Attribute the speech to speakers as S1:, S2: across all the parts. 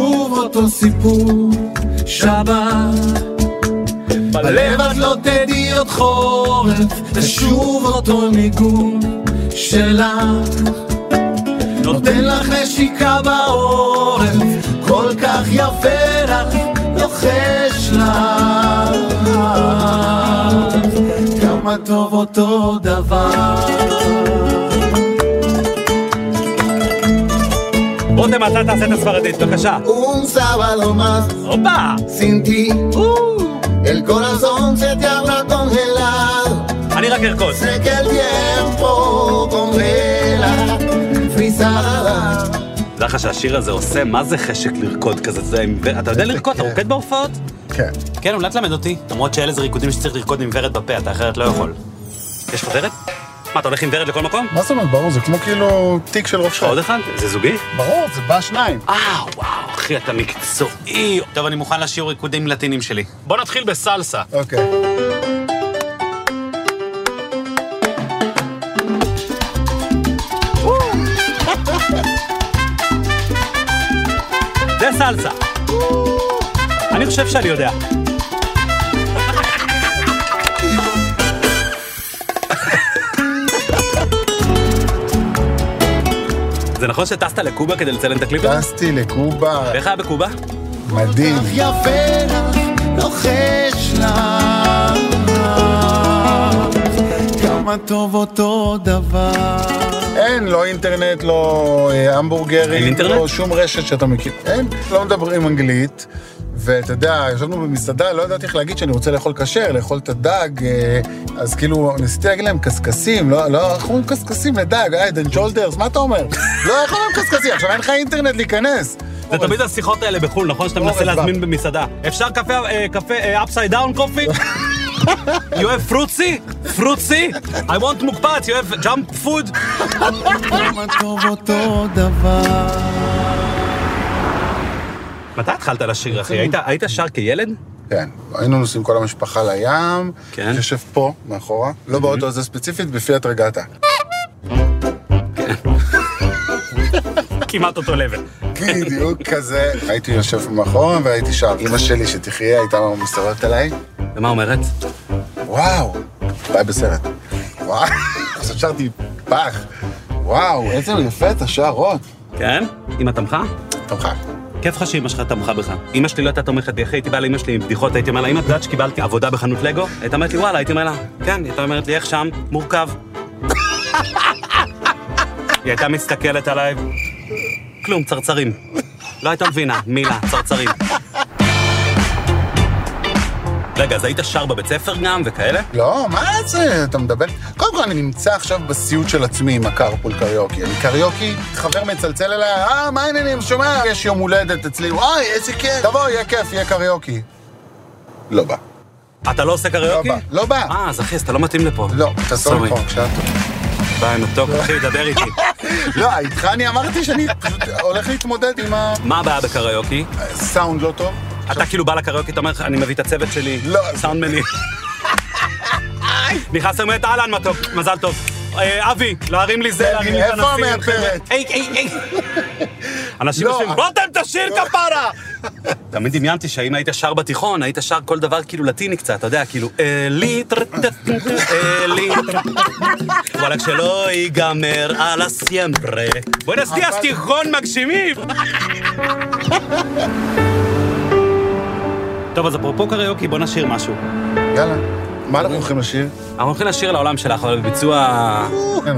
S1: אותו סיפור, שבת. בלב את לא תדעי עוד חורף, ושוב אותו ניגון שלך. נותן לך נשיקה בעורף, כל כך יפה לך, לוחש לך. כמה טוב אותו דבר.
S2: רותם, אתה תעשה את הספרדית, בבקשה.
S1: Un sábado más
S2: הופה!
S1: sin ti,
S2: או!
S1: el corazón se te habrá congelado.
S2: אני רק ארקוד.
S1: Sé que el tiempo congela, frisada.
S2: דע לך שהשיר הזה עושה, מה זה חשק לרקוד כזה? זה עם ו- אתה יודע לרקוד? אתה
S1: כן.
S2: רוקד בהופעות?
S1: כן.
S2: כן, אולי תלמד אותי. למרות שאלה זה ריקודים שצריך לרקוד עם ורד בפה, אתה אחרת לא יכול. יש לך ורד? מה, אתה הולך עם ורד לכל מקום?
S3: מה זאת אומרת, ברור, זה כמו כאילו תיק של ראש
S2: יש לך עוד אחד? זה זוגי?
S3: ברור, זה בא שניים.
S2: כן. אה, וואו, אחי, אתה מקצועי. טוב, אני מוכן לשיר ריקודים לטינים שלי. בוא נתחיל בסלסה.
S3: אוקיי.
S2: זה סלסה. אני חושב שאני יודע. זה נכון שטסת לקובה כדי לצלם את הקליפ הזה?
S3: טסתי לקובה,
S2: ואיך היה בקובה?
S3: מדהים.
S1: יפה לך, לוחש לך, כמה טוב אותו דבר.
S3: אין, לא אינטרנט, לא אה,
S2: אין
S3: המבורגרים,
S2: אינטרנט?
S3: לא שום רשת שאתה מכיר. אין, לא מדברים אנגלית. ואתה יודע, ישבנו במסעדה, לא ידעתי איך להגיד שאני רוצה לאכול כשר, לאכול את הדג, אה, אז כאילו, ניסיתי להגיד להם קשקשים, לא, לא, איך אומרים קשקשים לדג, אה, אייד אנד שולדרס, מה אתה אומר? לא, איך אומרים קשקשים? עכשיו אין לך אינטרנט להיכנס.
S2: זה תמיד השיחות האלה בחו"ל, נכון? שאתה מנסה
S3: אורן,
S2: להזמין במסעדה. אפשר קפה, אה, קפה, אפסייד דאון קופי? You have fruitsy? fruitsy? I want מוקפץ, you have jump food?
S1: כמה טוב אותו דבר.
S2: מתי התחלת לשיר, אחי? היית- היית שר כילד?
S3: כן, היינו נוסעים כל המשפחה לים,
S2: כן.
S3: שיושב פה, מאחורה, לא באוטו הזה ספציפית, בפיאט רגטה.
S2: כמעט אותו level.
S3: בדיוק כזה. הייתי יושב מאחורה והייתי שם. אמא שלי, שתחיה, הייתה מסתובבת עליי,
S2: ומה אומרת?
S3: וואו, אולי בסרט. וואו, אז שרתי פח. וואו, איזה יפה אתה שר, רוט.
S2: כן? אמא תמכה?
S3: תמכה.
S2: כיף לך שאמא שלך תמכה בך. אמא שלי לא הייתה תומכת בי, אחי, הייתי בא לאמא שלי עם בדיחות, הייתי אומר לה, אמא, את יודעת שקיבלתי עבודה בחנות לגו? הייתה אומרת לי, וואלה, הייתי אומר לה, כן, הייתה אומרת לי, איך שם? מורכב. היא הייתה מסתכלת עליי, כלום, צרצרים. לא הייתה מבינה, מילה, צרצרים. רגע, אז היית שר בבית ספר גם וכאלה?
S3: לא, מה זה, אתה מדבר? קודם כל, אני נמצא עכשיו בסיוט של עצמי עם הקרפול קריוקי. אני קריוקי, חבר מצלצל אליי, אה, מה העניינים, שומע? יש יום הולדת אצלי, וואי, איזה כיף. תבוא, יהיה כיף, יהיה קריוקי. לא בא.
S2: אתה לא עושה
S3: לא
S2: קריוקי?
S3: בא. לא בא.
S2: אה, אז אחי, אז אתה לא מתאים לפה.
S3: לא, תעשו לי
S2: Sorry.
S3: פה, עכשיו.
S2: ביי, מתוק, אחי, דבר איתי.
S3: לא, איתך אני אמרתי שאני פשוט הולך להתמודד עם
S2: מה הבעיה בקריוקי?
S3: הסאונד לא טוב.
S2: אתה כאילו בא לקריוקי, אתה אומר, אני מביא את הצוות שלי,
S3: לא.
S2: סאונדמני. נכנס ואומרת, אהלן, מתוק, מזל טוב. אה, אבי, להרים לי זה,
S3: כן,
S2: להרים לי את
S3: איפה
S2: הנשיא.
S3: המאפרת?
S2: היי, היי, היי. אנשים
S3: לא,
S2: יושבים,
S3: אה.
S2: רותם, תשאיר כפרה! תמיד דמיינתי שאם היית שר בתיכון, היית שר כל דבר כאילו לטיני קצת, אתה יודע, כאילו, אלי, טר, טר, טר, אלי, טר. וואלה, כשלא ייגמר, אללה סיימפרה. בוא נסתיע,
S3: אבל-
S2: תיכון מגשימים! טוב, אז אפרופו קריוקי, בוא נשיר משהו.
S3: יאללה. מה אנחנו הולכים לשיר?
S2: אנחנו הולכים לשיר לעולם שלך, אבל בביצוע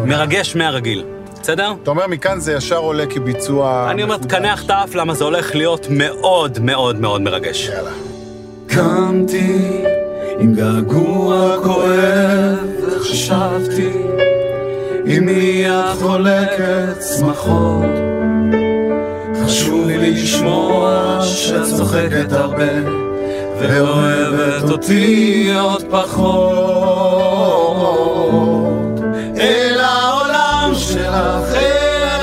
S2: מרגש מהרגיל, בסדר?
S3: אתה אומר, מכאן זה ישר עולה כביצוע...
S2: אני אומר,
S3: מחודש.
S2: תקנח את האף, למה זה הולך להיות מאוד מאוד מאוד מרגש.
S3: יאללה.
S1: קמתי עם געגוע כואב, וחשבתי אמי את חולקת שמחות. חשוב לי לשמוע שאת צוחקת הרבה, ואוהבת אותי עוד פחות. אל העולם שלך, אל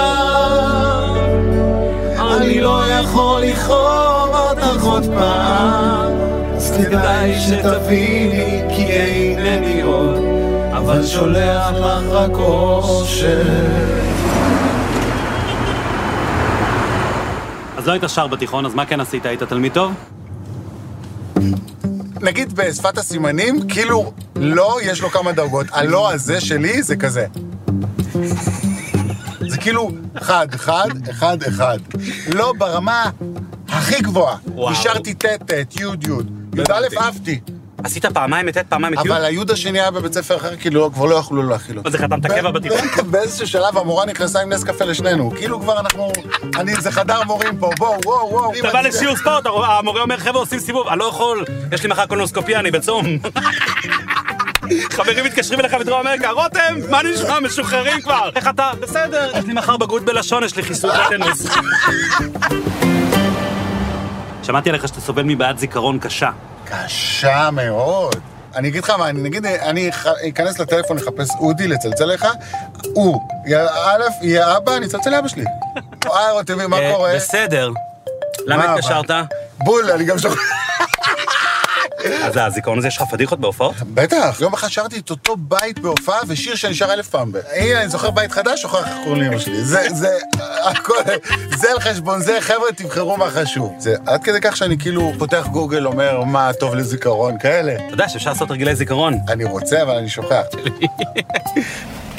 S1: אני לא יכול לכאוב אותך עוד פעם אז כדאי שתביני כי אינני עוד אבל שולח לך רק אושר
S2: אז לא היית שר בתיכון, אז מה כן עשית? היית תלמיד טוב?
S3: נגיד בשפת הסימנים, כאילו לא, יש לו כמה דרגות. הלא הזה שלי זה כזה. זה כאילו חד, חד, אחד, אחד. לא ברמה הכי גבוהה.
S2: וואו. לא
S3: נשארתי ט', ט', י', י'.
S2: הבנתי.
S3: י"א עפתי,
S2: עשית פעמיים את ט', פעמיים את י'?
S3: אבל היוד השני היה בבית ספר אחר, כאילו כבר לא יכלו להכיל אותו.
S2: אז איך חתמת קבע בתיכון?
S3: באיזשהו שלב המורה נכנסה עם נס קפה לשנינו, כאילו כבר אנחנו... אני, זה חדר מורים פה, בואו, וואו, וואו.
S2: אתה בא לשיעור ספורט, המורה אומר, חבר'ה, עושים סיבוב, אני לא יכול, יש לי מחר קולונוסקופיה, אני בצום. חברים מתקשרים אליך מדרום אמריקה, רותם, מה נשמע, משוחררים כבר? איך אתה? בסדר, יש לי מחר בגרות בלשון, יש לי חיסון בטניס. שמעתי עליך שאתה סובל מבעיית זיכרון קשה.
S3: קשה מאוד. אני אגיד לך מה, אני נגיד, אני ח- אכנס לטלפון, אחפש אודי, לצלצל לך, הוא, יא- א', יהיה אבא, אני אצלצל לאבא שלי. אה, רואה, תראי, מה
S2: אה,
S3: קורה?
S2: בסדר. למה
S3: מה,
S2: התקשרת?
S3: בול, אני גם שוכר.
S2: אז הזיכרון הזה, יש לך פדיחות בהופעות?
S3: בטח, יום אחד שרתי את אותו בית בהופעה ושיר שנשאר אלף פעם. ב- הנה, אני זוכר בית חדש, שוכח איך קוראים לאמא שלי. זה, זה, הכל, זה על חשבון זה, חבר'ה, תבחרו מה חשוב. זה עד כדי כך שאני כאילו פותח גוגל, אומר, מה טוב לזיכרון, כאלה.
S2: אתה יודע שאפשר לעשות הרגלי זיכרון.
S3: אני רוצה, אבל אני שוכח.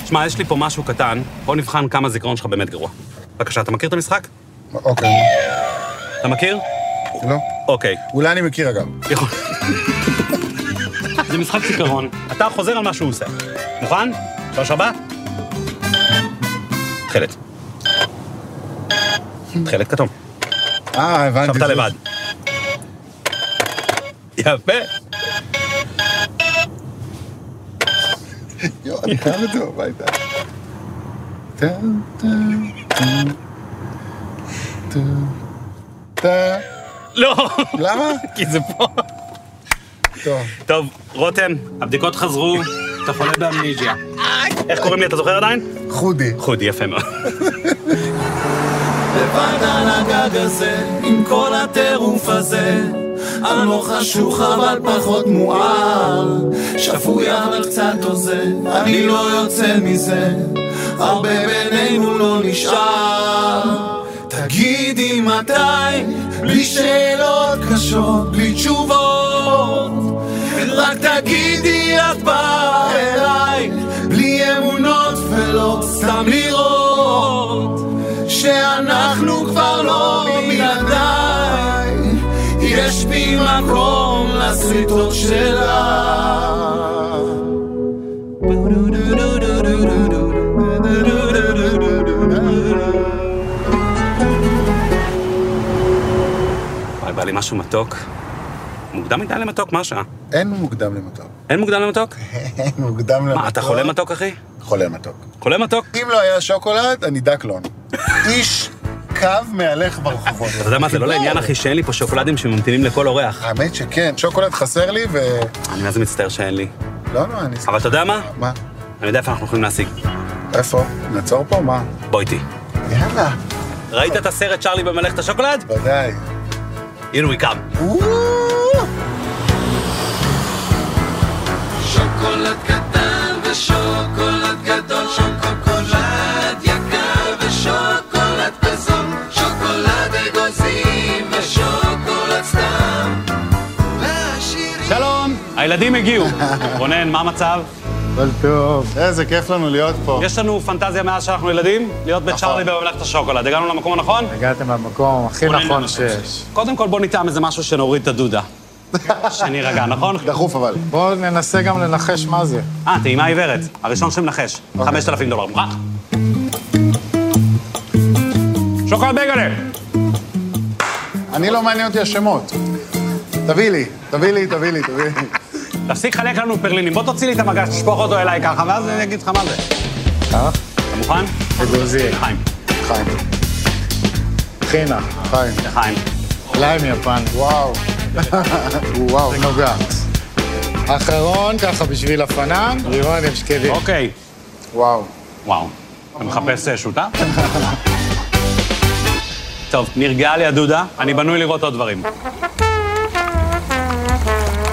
S2: שמע, יש לי פה משהו קטן, בוא נבחן כמה הזיכרון שלך באמת גרוע. בבקשה, אתה מכיר את המשחק?
S3: אוקיי,
S2: אתה מכיר?
S3: לא?
S2: אוקיי.
S3: אולי אני מכיר, אגב.
S2: יכול- זה משחק זיכרון, אתה חוזר על מה שהוא עושה. מוכן? שלוש ארבע? תכלת. תכלת כתום.
S3: אה, הבנתי.
S2: עכשיו אתה
S3: זה-
S2: לבד. יפה.
S3: יואו, אני חייב את זה הביתה. טה, טה, טה, טה.
S2: לא,
S3: למה?
S2: כי זה פה.
S3: טוב.
S2: טוב, רותם, הבדיקות חזרו, אתה חולה באמניג'יה. איך קוראים לי, אתה זוכר עדיין?
S3: חודי.
S2: חודי, יפה מאוד.
S1: לבד על הגג הזה, עם כל הטירוף הזה. אני לא חשוך אבל פחות מואר. שפוי אבל קצת עוזר, אני לא יוצא מזה. הרבה בינינו לא נשאר. תגידי מתי, בלי שאלות קשות, בלי תשובות. רק תגידי את באה אליי, בלי אמונות ולא סתם לראות. שאנחנו כבר לא בלעדיי, יש בי מקום לסריטות שלה.
S2: וואי, בא לי משהו מתוק. מוקדם מדי למתוק, מה השעה?
S3: אין מוקדם למתוק.
S2: אין מוקדם למתוק?
S3: אין מוקדם למתוק.
S2: מה, אתה חולה מתוק, אחי?
S3: חולה מתוק.
S2: חולה מתוק?
S3: אם לא היה שוקולד, אני דקלון. איש קו מהלך ברחובות.
S2: אתה יודע מה, זה לא לעניין, אחי, שאין לי פה שוקולדים שממתינים לכל אורח.
S3: האמת שכן, שוקולד חסר לי ו...
S2: אני מאז מצטער שאין לי.
S3: לא, לא, אני...
S2: אבל אתה יודע מה?
S3: מה?
S2: אני יודע איפה אנחנו יכולים להשיג.
S3: איפה? נעצור פה? מה?
S2: בוא איתי.
S3: יאללה,
S2: ראית את הסרט צ'ארלי במלאכת השוקולד?
S3: ודאי.
S2: הנה הוא יקם.
S3: וואו!
S1: שוקולד קטן ושוקולד גדול, שוקולד יקר ושוקולד בזול, שוקולד אגוזים ושוקולד סתם. לעשירים
S2: שלום! הילדים הגיעו. רונן, מה המצב?
S3: אבל טוב. איזה אה, כיף לנו להיות פה.
S2: יש לנו פנטזיה מאז שאנחנו ילדים, להיות בצ'ארלי במלאכת השוקולד. הגענו למקום הנכון?
S4: הגעתם למקום הכי
S2: בוא נלך
S4: נכון
S2: למקום
S4: שיש.
S2: קודם כל בוא נטעם איזה משהו שנוריד את הדודה. שנירגע, נכון?
S3: דחוף אבל.
S4: בואו ננסה גם לנחש מה זה.
S2: אה, טעימה עיוורת. הראשון שמנחש.
S3: אוקיי.
S2: 5,000 דולר. מוכרח? שוקולד בייגלה!
S3: אני לא מעניין אותי השמות. תביא לי, תביא לי, תביא לי, תביא לי.
S2: תפסיק לחלק לנו פרלינים. בוא תוציא לי את המגש, תשפוך אותו אליי ככה, ואז אני אגיד לך מה זה.
S3: אה?
S2: אתה מוכן?
S4: אגוזי,
S2: לחיים.
S3: חיים,
S4: חינה,
S3: חיים.
S2: לחיים.
S4: ליים יפן.
S3: וואו. וואו, נוגע.
S4: אחרון, ככה בשביל הפנן, לירון עם שקדים.
S2: אוקיי.
S3: וואו.
S2: וואו. אתה מחפש אה, שותף? טוב, נרגעה לי הדודה, אני בנוי לראות עוד דברים.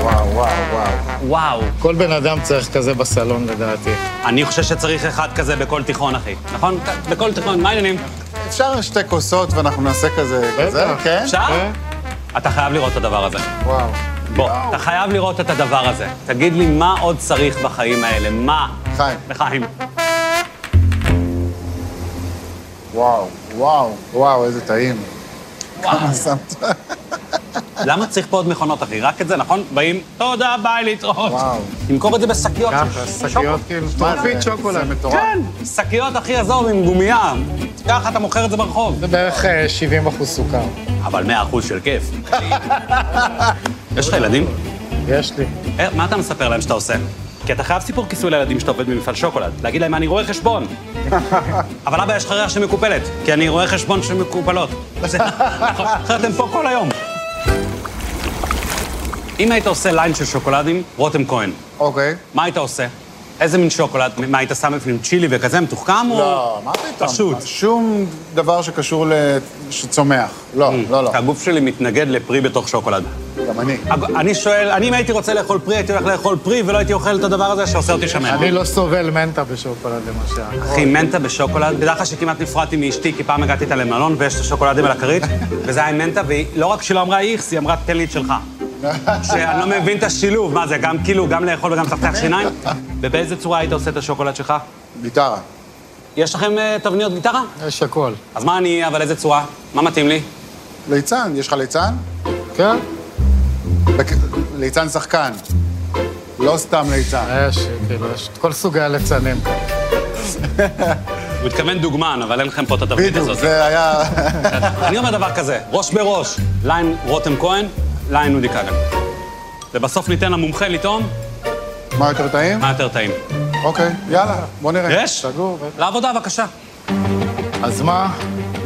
S3: וואו, וואו, וואו.
S2: וואו.
S4: כל בן אדם צריך כזה בסלון לדעתי.
S2: אני חושב שצריך אחד כזה בכל תיכון, אחי. נכון? בכל תיכון, מה העניינים?
S3: אפשר שתי כוסות ואנחנו נעשה כזה, כזה, כן?
S4: אה?
S2: אפשר? אתה חייב לראות את הדבר הזה.
S3: וואו.
S2: בוא, אתה חייב לראות את הדבר הזה. תגיד לי, מה עוד צריך בחיים האלה? מה?
S3: חיים.
S2: לחיים.
S3: וואו, וואו, וואו, איזה טעים. כמה שמת?
S2: למה צריך פה עוד מכונות, אחי? רק את זה, נכון? באים, תודה, ביי, להתראות.
S3: וואו.
S2: תמכור את זה בשקיות.
S4: גם
S2: של- של
S4: שקיות
S2: שוקו.
S4: כאילו,
S3: מה זה?
S4: טרופית שוקולד.
S3: זה מטורף.
S2: כן, שקיות, אחי, עזוב, עם גומייה. ככה אתה מוכר את זה ברחוב.
S4: זה בערך אה, 70 אחוז סוכר.
S2: אבל 100% של כיף. יש לך ילדים?
S4: יש לי.
S2: אה, מה אתה מספר להם שאתה עושה? כי אתה חייב סיפור כיסוי לילדים שאתה עובד במפעל שוקולד. להגיד להם, אני רואה חשבון. אבל אבא, יש לך ריח שמקופלת, כי אני רואה חשבון שמקופלות. זה- אחרת הם פה כל היום. אם היית עושה ליין של שוקולדים, רותם כהן,
S3: אוקיי.
S2: מה היית עושה? איזה מין שוקולד? מה, היית שם בפנים צ'ילי וכזה מתוחכם? או-
S3: לא, מה פתאום?
S2: פשוט.
S3: שום דבר שקשור ל... שצומח. לא, לא, לא.
S2: הגוף שלי מתנגד לפרי בתוך שוקולד.
S3: גם אני.
S2: הג- אני שואל, אני אם הייתי רוצה לאכול פרי, הייתי הולך לאכול פרי ולא הייתי אוכל את הדבר הזה שעושה אותי שמן.
S4: אני לא סובל מנטה בשוקולד למשל.
S2: אחי, מנטה בשוקולד, בדרך כלל שכמעט נפרדתי מאשתי, כי פעם הגעתי איתה למלון ויש את השוקולדים על הכרית, וזה היה עם מנטה, והיא לא רק שלא אמרה איכס, היא אמרה תן לי את שלך. שאני לא מבין את השילוב, מה זה, גם כאילו, גם לאכול וגם לפתח שיניים? ובאיזה צורה היית עושה את השוקולד שלך?
S3: גיטרה.
S2: יש לכם אה, תבניות גיטרה?
S4: יש הכל.
S2: אז מה אני אהיה, אבל איזה צורה? מה מתאים לי?
S3: ליצן, יש לך ליצן?
S4: כן?
S3: לק- ליצן שחקן. לא סתם ליצן.
S4: יש, כאילו, יש את כל סוגי הליצנים.
S2: הוא התכוון דוגמן, אבל אין לכם פה את התבנית
S3: בדיוק,
S2: הזאת.
S3: זה היה...
S2: אני אומר דבר כזה, ראש בראש, ליין רותם כהן, ליין אודי כגן. ובסוף ניתן למומחה לטעום
S3: מה יותר טעים?
S2: מה יותר טעים.
S3: אוקיי, יאללה, בוא נראה.
S2: יש?
S4: סגור. ו-
S2: לעבודה, בבקשה.
S4: אז מה,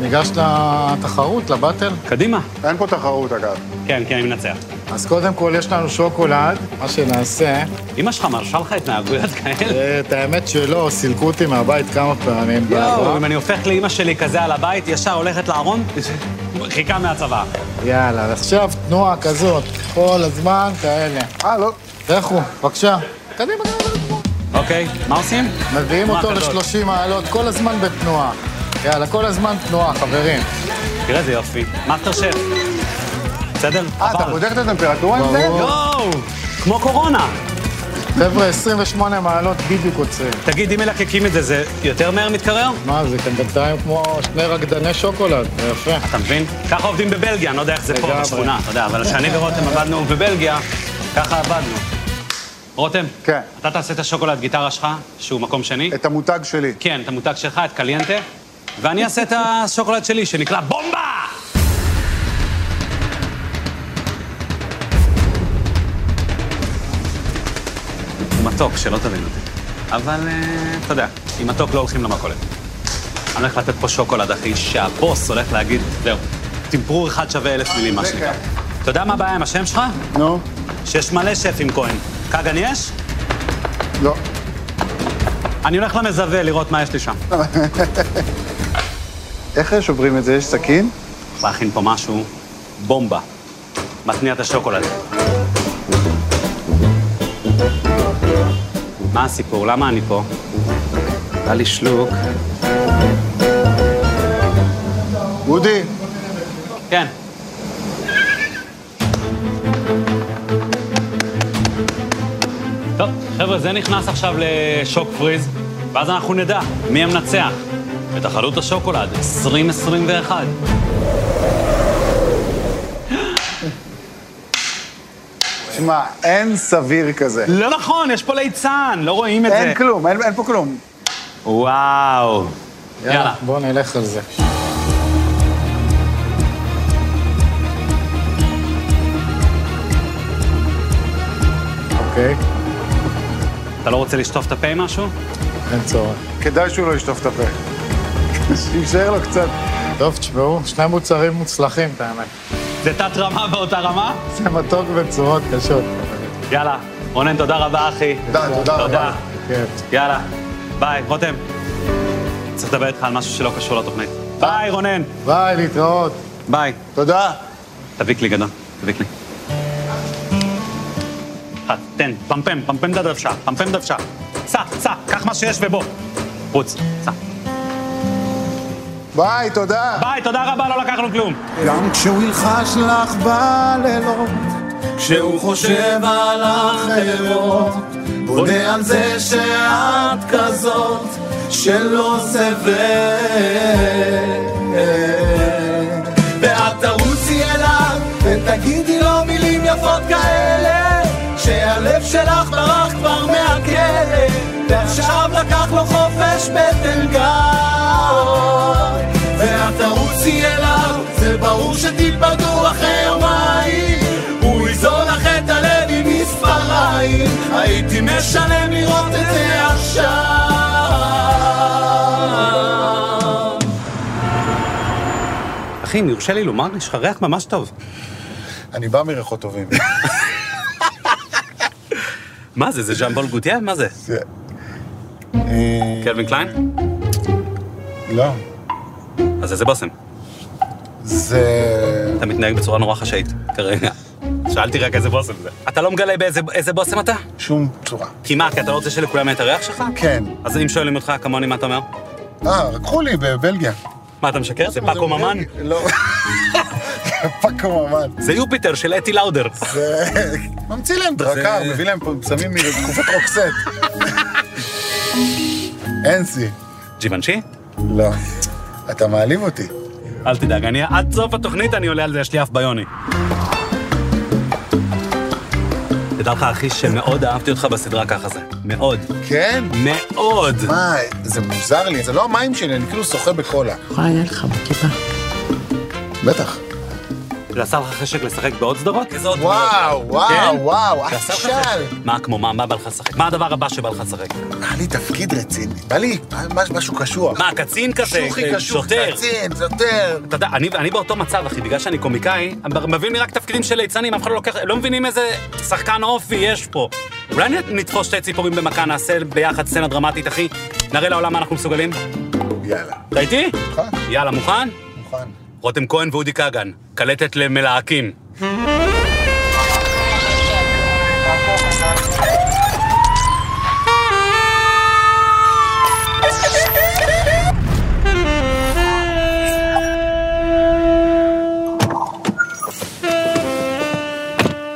S4: ניגש לתחרות, לבטל?
S2: קדימה.
S3: אין פה תחרות, אגב.
S2: כן, כן, אני מנצח.
S4: אז קודם כל יש לנו שוקולד, מה שנעשה,
S2: אמא שלך מרשה לך התנהגויות כאלה?
S4: אה, את האמת שלא, סילקו אותי מהבית כמה פעמים. בעבר.
S3: לא.
S2: יואו, אם אני הופך לאמא שלי כזה על הבית, ישר הולכת לארון, חיכה מהצבא.
S4: יאללה, אז עכשיו תנועה כזאת, כל הזמן כאלה.
S3: אה, לא.
S4: לכו, בבקשה. קדימה, קדימה, קדימה.
S2: אוקיי, מה עושים?
S4: מביאים
S2: תנועה
S4: אותו
S2: כזאת.
S4: ל-30 מעלות, כל הזמן בתנועה. יאללה, כל הזמן תנועה, חברים.
S2: תראה איזה יופי. מאסטר שף. בסדר?
S3: אה, אתה בודק את הטמפרטורה עם זה?
S4: ברור.
S2: יואו, כמו קורונה.
S4: חבר'ה, 28 מעלות בדיוק עוצרים.
S2: תגיד, אם מלקקים את זה, זה יותר מהר מתקרר?
S4: מה, זה כאן בינתיים כמו שני רקדני שוקולד, זה יפה.
S2: אתה מבין? ככה עובדים בבלגיה, אני לא יודע איך זה פה
S4: לגמרי.
S2: בשכונה, אתה יודע, אבל כשאני ורותם עבדנו בבלגיה, ככה עבדנו. רותם,
S3: כן.
S2: אתה תעשה את השוקולד גיטרה שלך, שהוא מקום שני.
S3: את המותג שלי.
S2: כן, את המותג שלך, את קליינטה, ואני אעשה את השוקולד שלי, שנקרא בומבה! הוא מתוק, שלא תבין אותי. אבל, אה, אתה יודע, עם מתוק לא הולכים למכולת. אני הולך לתת פה שוקולד, אחי, שהבוס הולך להגיד, זהו, טמפרור אחד שווה אלף מילים, מה שנקרא. אתה יודע מה הבעיה עם השם שלך?
S3: נו.
S2: שיש מלא שפים כהן. כגן יש?
S3: לא.
S2: אני הולך למזווה לראות מה יש לי שם.
S3: איך שוברים את זה? יש סכין?
S2: צריך להכין פה משהו, בומבה. מתניע את השוקולד. מה הסיפור? למה אני פה? בא לי שלוק.
S3: אודי,
S2: כן. טוב, חבר'ה, זה נכנס עכשיו לשוק פריז, ואז אנחנו נדע מי המנצח. בתחרות השוקולד, 2021.
S3: תשמע, אין סביר כזה.
S2: לא נכון, יש פה ליצן, לא רואים את זה.
S3: אין כלום, אין אין פה כלום.
S2: וואו. יאללה.
S4: בואו נלך על זה. אוקיי,
S2: אתה לא רוצה לשטוף את הפה עם משהו?
S4: אין צורך.
S3: כדאי שהוא לא ישטוף את הפה. שיישאר לו קצת.
S4: טוב, תשמעו, שני מוצרים מוצלחים, את האמת.
S2: זה תת רמה באותה רמה?
S4: זה מתוק בצורות קשות.
S2: יאללה, רונן, תודה רבה, אחי.
S3: תודה, תודה
S2: תודה.
S3: רבה.
S4: כן.
S2: יאללה, ביי. רותם, צריך לדבר איתך על משהו שלא קשור לתוכנית. ביי, רונן.
S4: ביי, להתראות.
S2: ביי.
S3: תודה.
S2: תביק לי, גדול. תביק לי. אחת, תן, פמפם, פמפם את הדוושה, פמפם את הדוושה. סע, סע, קח מה שיש ובוא. רוץ, סע.
S3: ביי, תודה.
S2: ביי, תודה רבה, לא לקחנו כלום.
S1: גם כשהוא ילחש לך בלילות, כשהוא חושב על אחרות, בונה על זה שאת כזאת שלא סבלת. ואת תרוצי אליו, ותגידי לו מילים יפות כאלה, שהלב שלך ברח כבר מהכלא, ועכשיו לקח לו חופש בתל גר. ואת תרוצי אליו, זה ברור שתתבדו אחרי יומיים, הוא יזון לך את הלב עם מספריים, הייתי משלם לראות את זה עכשיו.
S2: אחי, אם יורשה לי לומר, יש לך ריח ממש טוב.
S3: אני בא מריחות טובים.
S2: מה זה, זה ז'אן בול גוטייה? מה זה?
S3: זה- אה,
S2: קלווין קליין?
S3: לא.
S2: אז איזה בושם?
S3: זה...
S2: אתה מתנהג בצורה נורא חשאית כרגע. שאלתי רק איזה בושם זה. אתה לא מגלה באיזה איזה בושם אתה?
S3: שום צורה.
S2: כי מה, כי אתה לא רוצה שלכולם יהיה את הריח שלך?
S3: כן.
S2: אז אם שואלים אותך כמוני, מה אתה אומר?
S3: אה, לקחו לי בבלגיה.
S2: מה, אתה משקר? זה פאקו ממן?
S3: בבלגיה. לא. פאקו ממן.
S2: זה יופיטר של אתי לאודר.
S3: זה... ממציא להם דרקר, מביא להם פה סמים מתקופת רוקסט. אין סי.
S2: ג'יוונשי?
S3: לא. אתה מעליב אותי.
S2: אל תדאג, אני עד סוף התוכנית אני עולה על זה, יש לי אף ביוני. תדע לך, אחי, שמאוד אהבתי אותך בסדרה ככה זה. מאוד.
S3: כן?
S2: מאוד.
S3: מה, זה מוזר לי. זה לא המים שלי, אני כאילו שוחה בקולה.
S5: יכולה לנהל לך בכיפה.
S3: בטח.
S2: זה עשה לך חשק לשחק בעוד סדרות? איזה עוד
S3: וואו,
S2: סדרות? כן?
S3: וואו, וואו,
S2: זה עשה לך
S3: אשל.
S2: חשק? מה כמו מה, מה בא לך לשחק? מה הדבר הבא שבא לך לשחק?
S3: היה לי תפקיד רציני. בא לי מש- משהו קשוח.
S2: מה, קצין כזה?
S3: שוחי
S2: אה,
S3: קשוח,
S2: שוטר?
S3: קצין, שוטר.
S2: אתה יודע, אני, אני באותו מצב, אחי, בגלל שאני קומיקאי, מביאים לי רק תפקידים של ליצנים, אף אחד לא לוקח, לא מבינים איזה שחקן אופי יש פה. אולי נ- נתפוס שתי ציפורים במכה, נעשה ביחד סצנה דרמטית, אחי? נראה לעולם מה אנחנו מסוגלים.
S3: יאללה.
S2: אתה איתי?
S3: מוכן?
S2: יאללה, מוכן?
S3: מוכן.
S2: רותם כהן ואודי כגן, קלטת למלהקים.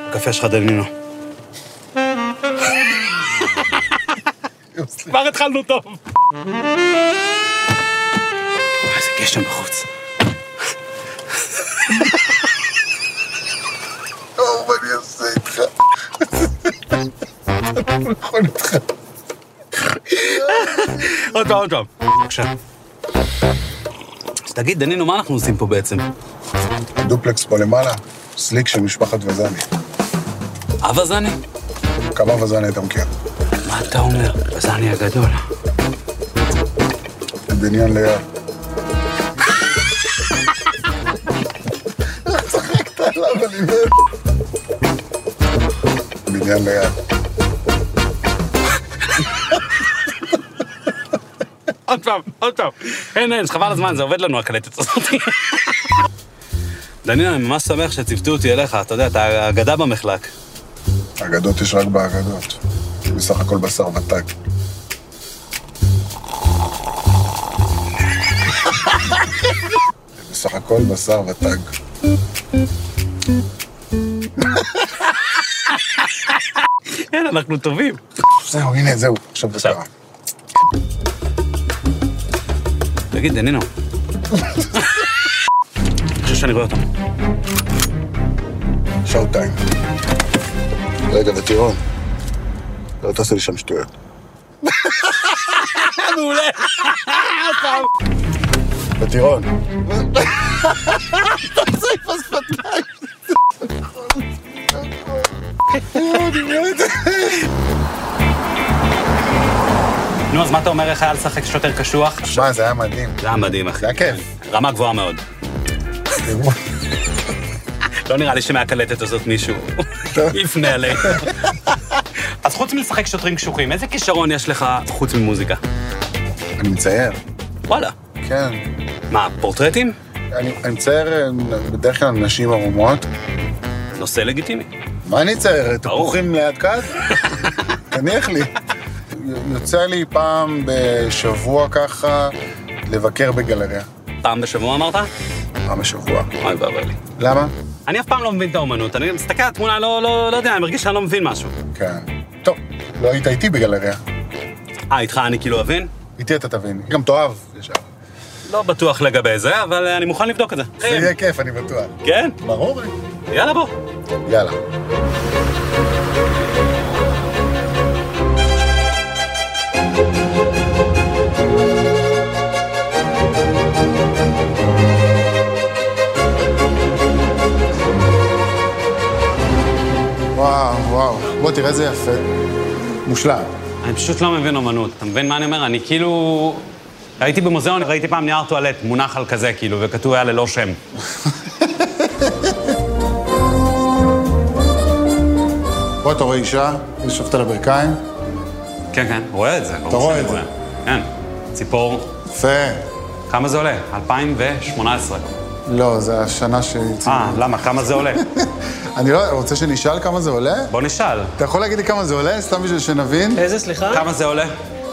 S2: הקפה שלך דנינו. כבר התחלנו טוב. איזה גשם בחוץ.
S3: טוב, מה אני אעשה איתך? אני לא יכול איתך.
S2: עוד פעם, עוד פעם. בבקשה. אז תגיד, דנינו, מה אנחנו עושים פה בעצם?
S3: דופלקס פה למעלה, סליק של משפחת וזני.
S2: אבא זני?
S3: כמה וזני אתה מכיר?
S2: מה אתה אומר? זני הגדול.
S3: בניין ליד. צחקת עליו, אני מת. בניין ליד.
S2: עוד פעם, עוד פעם. אין, אין, חבל הזמן, זה עובד לנו הקלטת הזאת. דנינו, אני ממש שמח שציוותו אותי אליך, אתה יודע, אתה אגדה במחלק.
S3: אגדות יש רק באגדות. בסך הכל בשר ותק. בסך הכל בשר ותג.
S2: אין, אנחנו טובים.
S3: זהו, הנה, זהו, עכשיו זה
S2: עכשיו.
S3: קרה.
S2: תגיד, דנינו. אני חושב שאני רואה אותו.
S3: שואו טיים. רגע, וטירון. לא תעשה לי שם שטויות.
S2: מעולה.
S3: וטירון.
S2: נו, אז מה אתה אומר, איך היה לשחק שוטר קשוח?
S3: שמע, זה היה מדהים.
S2: זה היה מדהים, אחי.
S3: זה היה כיף.
S2: רמה גבוהה מאוד.
S3: תראו,
S2: לא נראה לי שמהקלטת הזאת מישהו יפנה אליי. אז חוץ מלשחק שוטרים קשוחים, איזה כישרון יש לך חוץ ממוזיקה?
S3: אני מצייר.
S2: וואלה.
S3: כן.
S2: מה, פורטרטים?
S3: אני אני מצייר אה, בדרך כלל נשים ערומות.
S2: נושא לגיטימי.
S3: מה אני אצייר?
S2: ברור.
S3: תפוחים ליד כת? תניח לי. יוצא לי פעם בשבוע ככה לבקר בגלריה.
S2: פעם בשבוע אמרת?
S3: פעם בשבוע.
S2: אוי ואבוי לי.
S3: למה?
S2: אני אף פעם לא מבין את האומנות, אני מסתכל על התמונה, לא, לא, לא יודע, אני מרגיש שאני לא מבין משהו.
S3: כן. טוב, לא היית איתי בגלריה.
S2: אה, איתך אני כאילו אבין?
S3: איתי אתה תבין. גם תאהב ישר.
S2: לא בטוח לגבי זה, אבל אני מוכן לבדוק את זה.
S3: זה יהיה כיף, אני בטוח.
S2: כן?
S3: ברור.
S2: יאללה, בוא.
S3: יאללה. וואו, וואו. בוא תראה איזה יפה. מושלם.
S2: אני פשוט לא מבין אומנות, אתה מבין מה אני אומר? אני כאילו... הייתי במוזיאון, ראיתי פעם נייר טואלט מונח על כזה, כאילו, וכתוב היה ללא שם.
S3: פה אתה רואה אישה, היא שופטה לברכיים.
S2: כן, כן, רואה את זה. ברור
S3: רואה
S2: שאני
S3: את זה.
S2: כן. ציפור,
S3: יפה.
S2: כמה זה עולה? 2018.
S3: לא, זה השנה שהציגו.
S2: אה, למה? כמה זה עולה?
S3: אני לא, רוצה שנשאל כמה זה עולה?
S2: בוא נשאל.
S3: אתה יכול להגיד לי כמה זה עולה? סתם בשביל שנבין?
S5: איזה, סליחה?
S2: כמה זה עולה?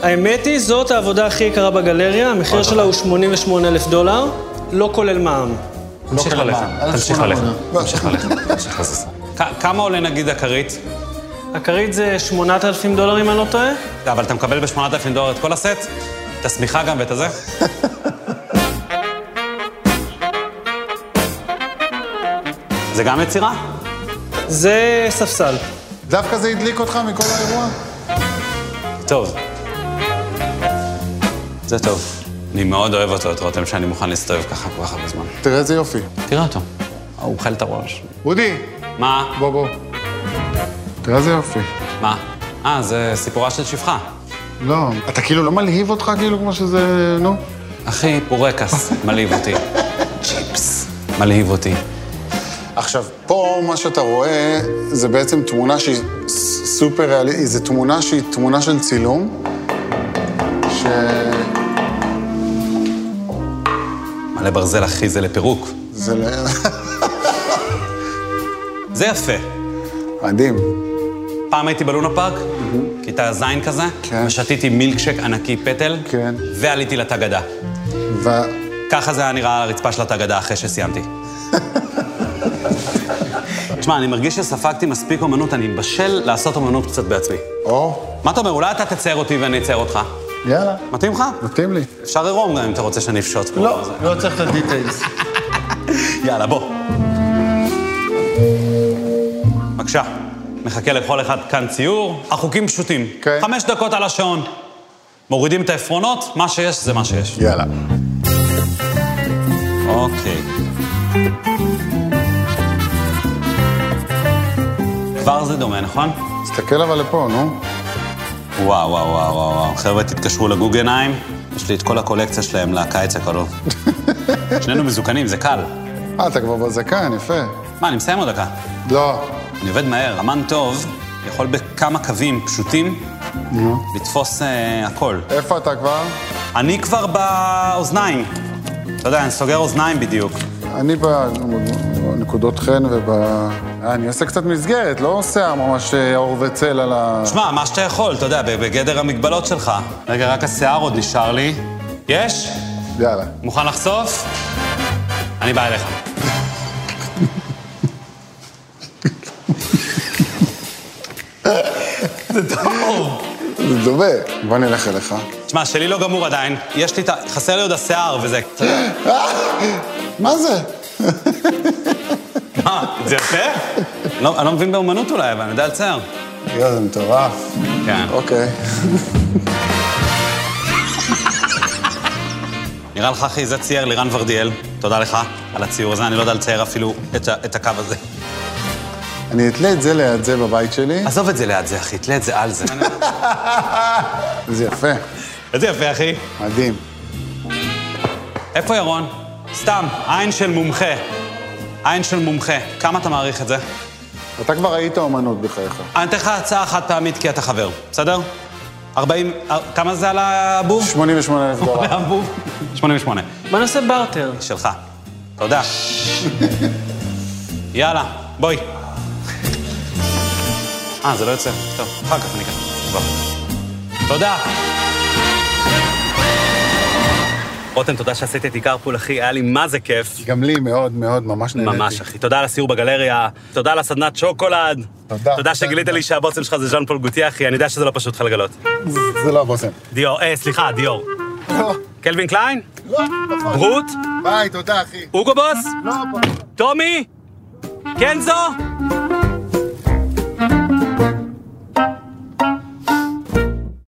S5: האמת היא, זאת העבודה הכי יקרה בגלריה, המחיר שלה הוא 88 אלף דולר, לא כולל מע"מ.
S2: תמשיך
S3: כולל
S2: ללכת,
S3: מע"מ.
S2: תמשיך
S3: 1,800.
S2: ללכת,
S3: לא.
S2: תמשיך ללכת, תמשיך לזוז. כ- כמה עולה נגיד הכרית?
S5: הכרית זה 8,000 דולר, אם אני לא טועה.
S2: אבל אתה מקבל ב-8,000 דולר את כל הסט? את השמיכה גם ואת הזה? זה גם יצירה?
S5: זה ספסל.
S3: דווקא זה הדליק אותך מכל האירוע?
S2: טוב. זה טוב. אני מאוד אוהב אותו, את רותם, שאני מוכן להסתובב ככה כל כך הרבה זמן.
S3: תראה איזה יופי.
S2: תראה אותו. הוא אוכל את הראש.
S3: אודי,
S2: מה?
S3: בוא בוא. תראה איזה יופי.
S2: מה? אה, זה סיפורה של שפחה.
S3: לא, אתה כאילו לא מלהיב אותך כאילו כמו שזה, נו?
S2: אחי, פורקס מלהיב אותי. צ'יפס מלהיב אותי.
S3: עכשיו, פה מה שאתה רואה זה בעצם תמונה שהיא ס- סופר ריאלית, זו תמונה שהיא תמונה של צילום, ש...
S2: מלא ברזל, אחי, זה לפירוק.
S3: זה ל-
S2: זה יפה.
S3: מדהים.
S2: פעם הייתי בלונה פארק, כיתה ז' כזה,
S3: כן.
S2: ושתיתי מילקשק ענקי פטל,
S3: כן.
S2: ועליתי לתגדה.
S3: ו...
S2: ככה זה היה נראה על הרצפה של התגדה אחרי שסיימתי. תשמע, אני מרגיש שספגתי מספיק אומנות, אני בשל לעשות אומנות קצת בעצמי.
S3: או,
S2: מה אתה אומר, אולי אתה תצייר אותי ואני אצייר אותך?
S3: יאללה,
S2: מתאים לך?
S3: מתאים לי.
S2: אפשר עירום גם אם אתה רוצה שאני אפשוט פה.
S6: לא, לא צריך את הדיטיילס.
S2: יאללה, בוא. בבקשה, מחכה לכל אחד כאן ציור. החוקים פשוטים.
S3: כן.
S2: חמש דקות על השעון. מורידים את העפרונות, מה שיש זה מה שיש.
S3: יאללה.
S2: אוקיי. כבר זה דומה, נכון?
S3: תסתכל אבל לפה, נו.
S2: וואו, וואו, וואו, וואו, וואו. חבר'ה, תתקשרו לגוגנהיים, יש לי את כל הקולקציה שלהם לקיץ הקרוב. שנינו מזוקנים, זה קל.
S3: אה, אתה כבר בזקן, יפה.
S2: מה, אני מסיים עוד דקה.
S3: לא.
S2: אני עובד מהר, אמן טוב, יכול בכמה קווים פשוטים לתפוס אה, הכל.
S3: איפה אתה כבר?
S2: אני כבר באוזניים. אתה יודע, אני סוגר אוזניים בדיוק.
S3: אני בנקודות חן וב... אה, אני עושה קצת מסגרת, לא עושה ממש אה, עור וצל על ה...
S2: שמע, מה שאתה יכול, אתה יודע, בגדר המגבלות שלך. רגע, רק השיער עוד נשאר לי. יש?
S3: יאללה.
S2: מוכן לחשוף? אני בא אליך.
S3: זה דומה. בוא נלך אליך.
S2: תשמע, שלי לא גמור עדיין. יש לי את ה... חסר לי עוד השיער וזה. אתה יודע,
S3: אה, מה זה?
S2: מה, זה יפה? לא, אני לא מבין באומנות אולי, אבל אני יודע לצייר.
S3: יואו, זה מטורף.
S2: כן.
S3: אוקיי.
S2: נראה לך, אחי, זה צייר לירן ורדיאל. תודה לך על הציור הזה, אני לא יודע לצייר אפילו את, ה- את הקו הזה.
S3: אני אתלה את זה ליד זה בבית שלי.
S2: עזוב את זה ליד זה, אחי, תלה את זה על זה.
S3: זה יפה.
S2: איזה יפה, אחי.
S3: מדהים.
S2: איפה ירון? סתם, עין של מומחה. עין של מומחה. כמה אתה מעריך את זה?
S3: אתה כבר ראית אומנות בחייך.
S2: אני אתן לך הצעה חד פעמית כי אתה חבר, בסדר? 40... אר- כמה זה על הבוב?
S3: 88 אלף דולר.
S2: על הבוב? 88.
S5: בוא נעשה בארטר.
S2: שלך. תודה. יאללה, בואי. אה, זה לא יוצא. טוב, אחר כך אני אקח. בוא. תודה. רותם, תודה שעשית איתי קרפול, אחי, היה לי מה זה כיף.
S3: גם לי מאוד מאוד ממש נהניתי.
S2: ממש, אחי. תודה על הסיור בגלריה, תודה על הסדנת שוקולד.
S3: תודה.
S2: תודה שגילית לי שהבושם שלך זה ז'אן פול גוטיה, אחי, אני יודע שזה לא פשוט לך לגלות.
S3: זה- זה לא הבושם.
S2: דיור, אה, סליחה, דיור.
S3: לא,
S2: קלווין קליין?
S3: לא, נכון.
S2: ברוט?
S3: ביי, תודה, אחי.
S2: אוגו בוס?
S3: לא, בוא.
S2: טומי? קנזו?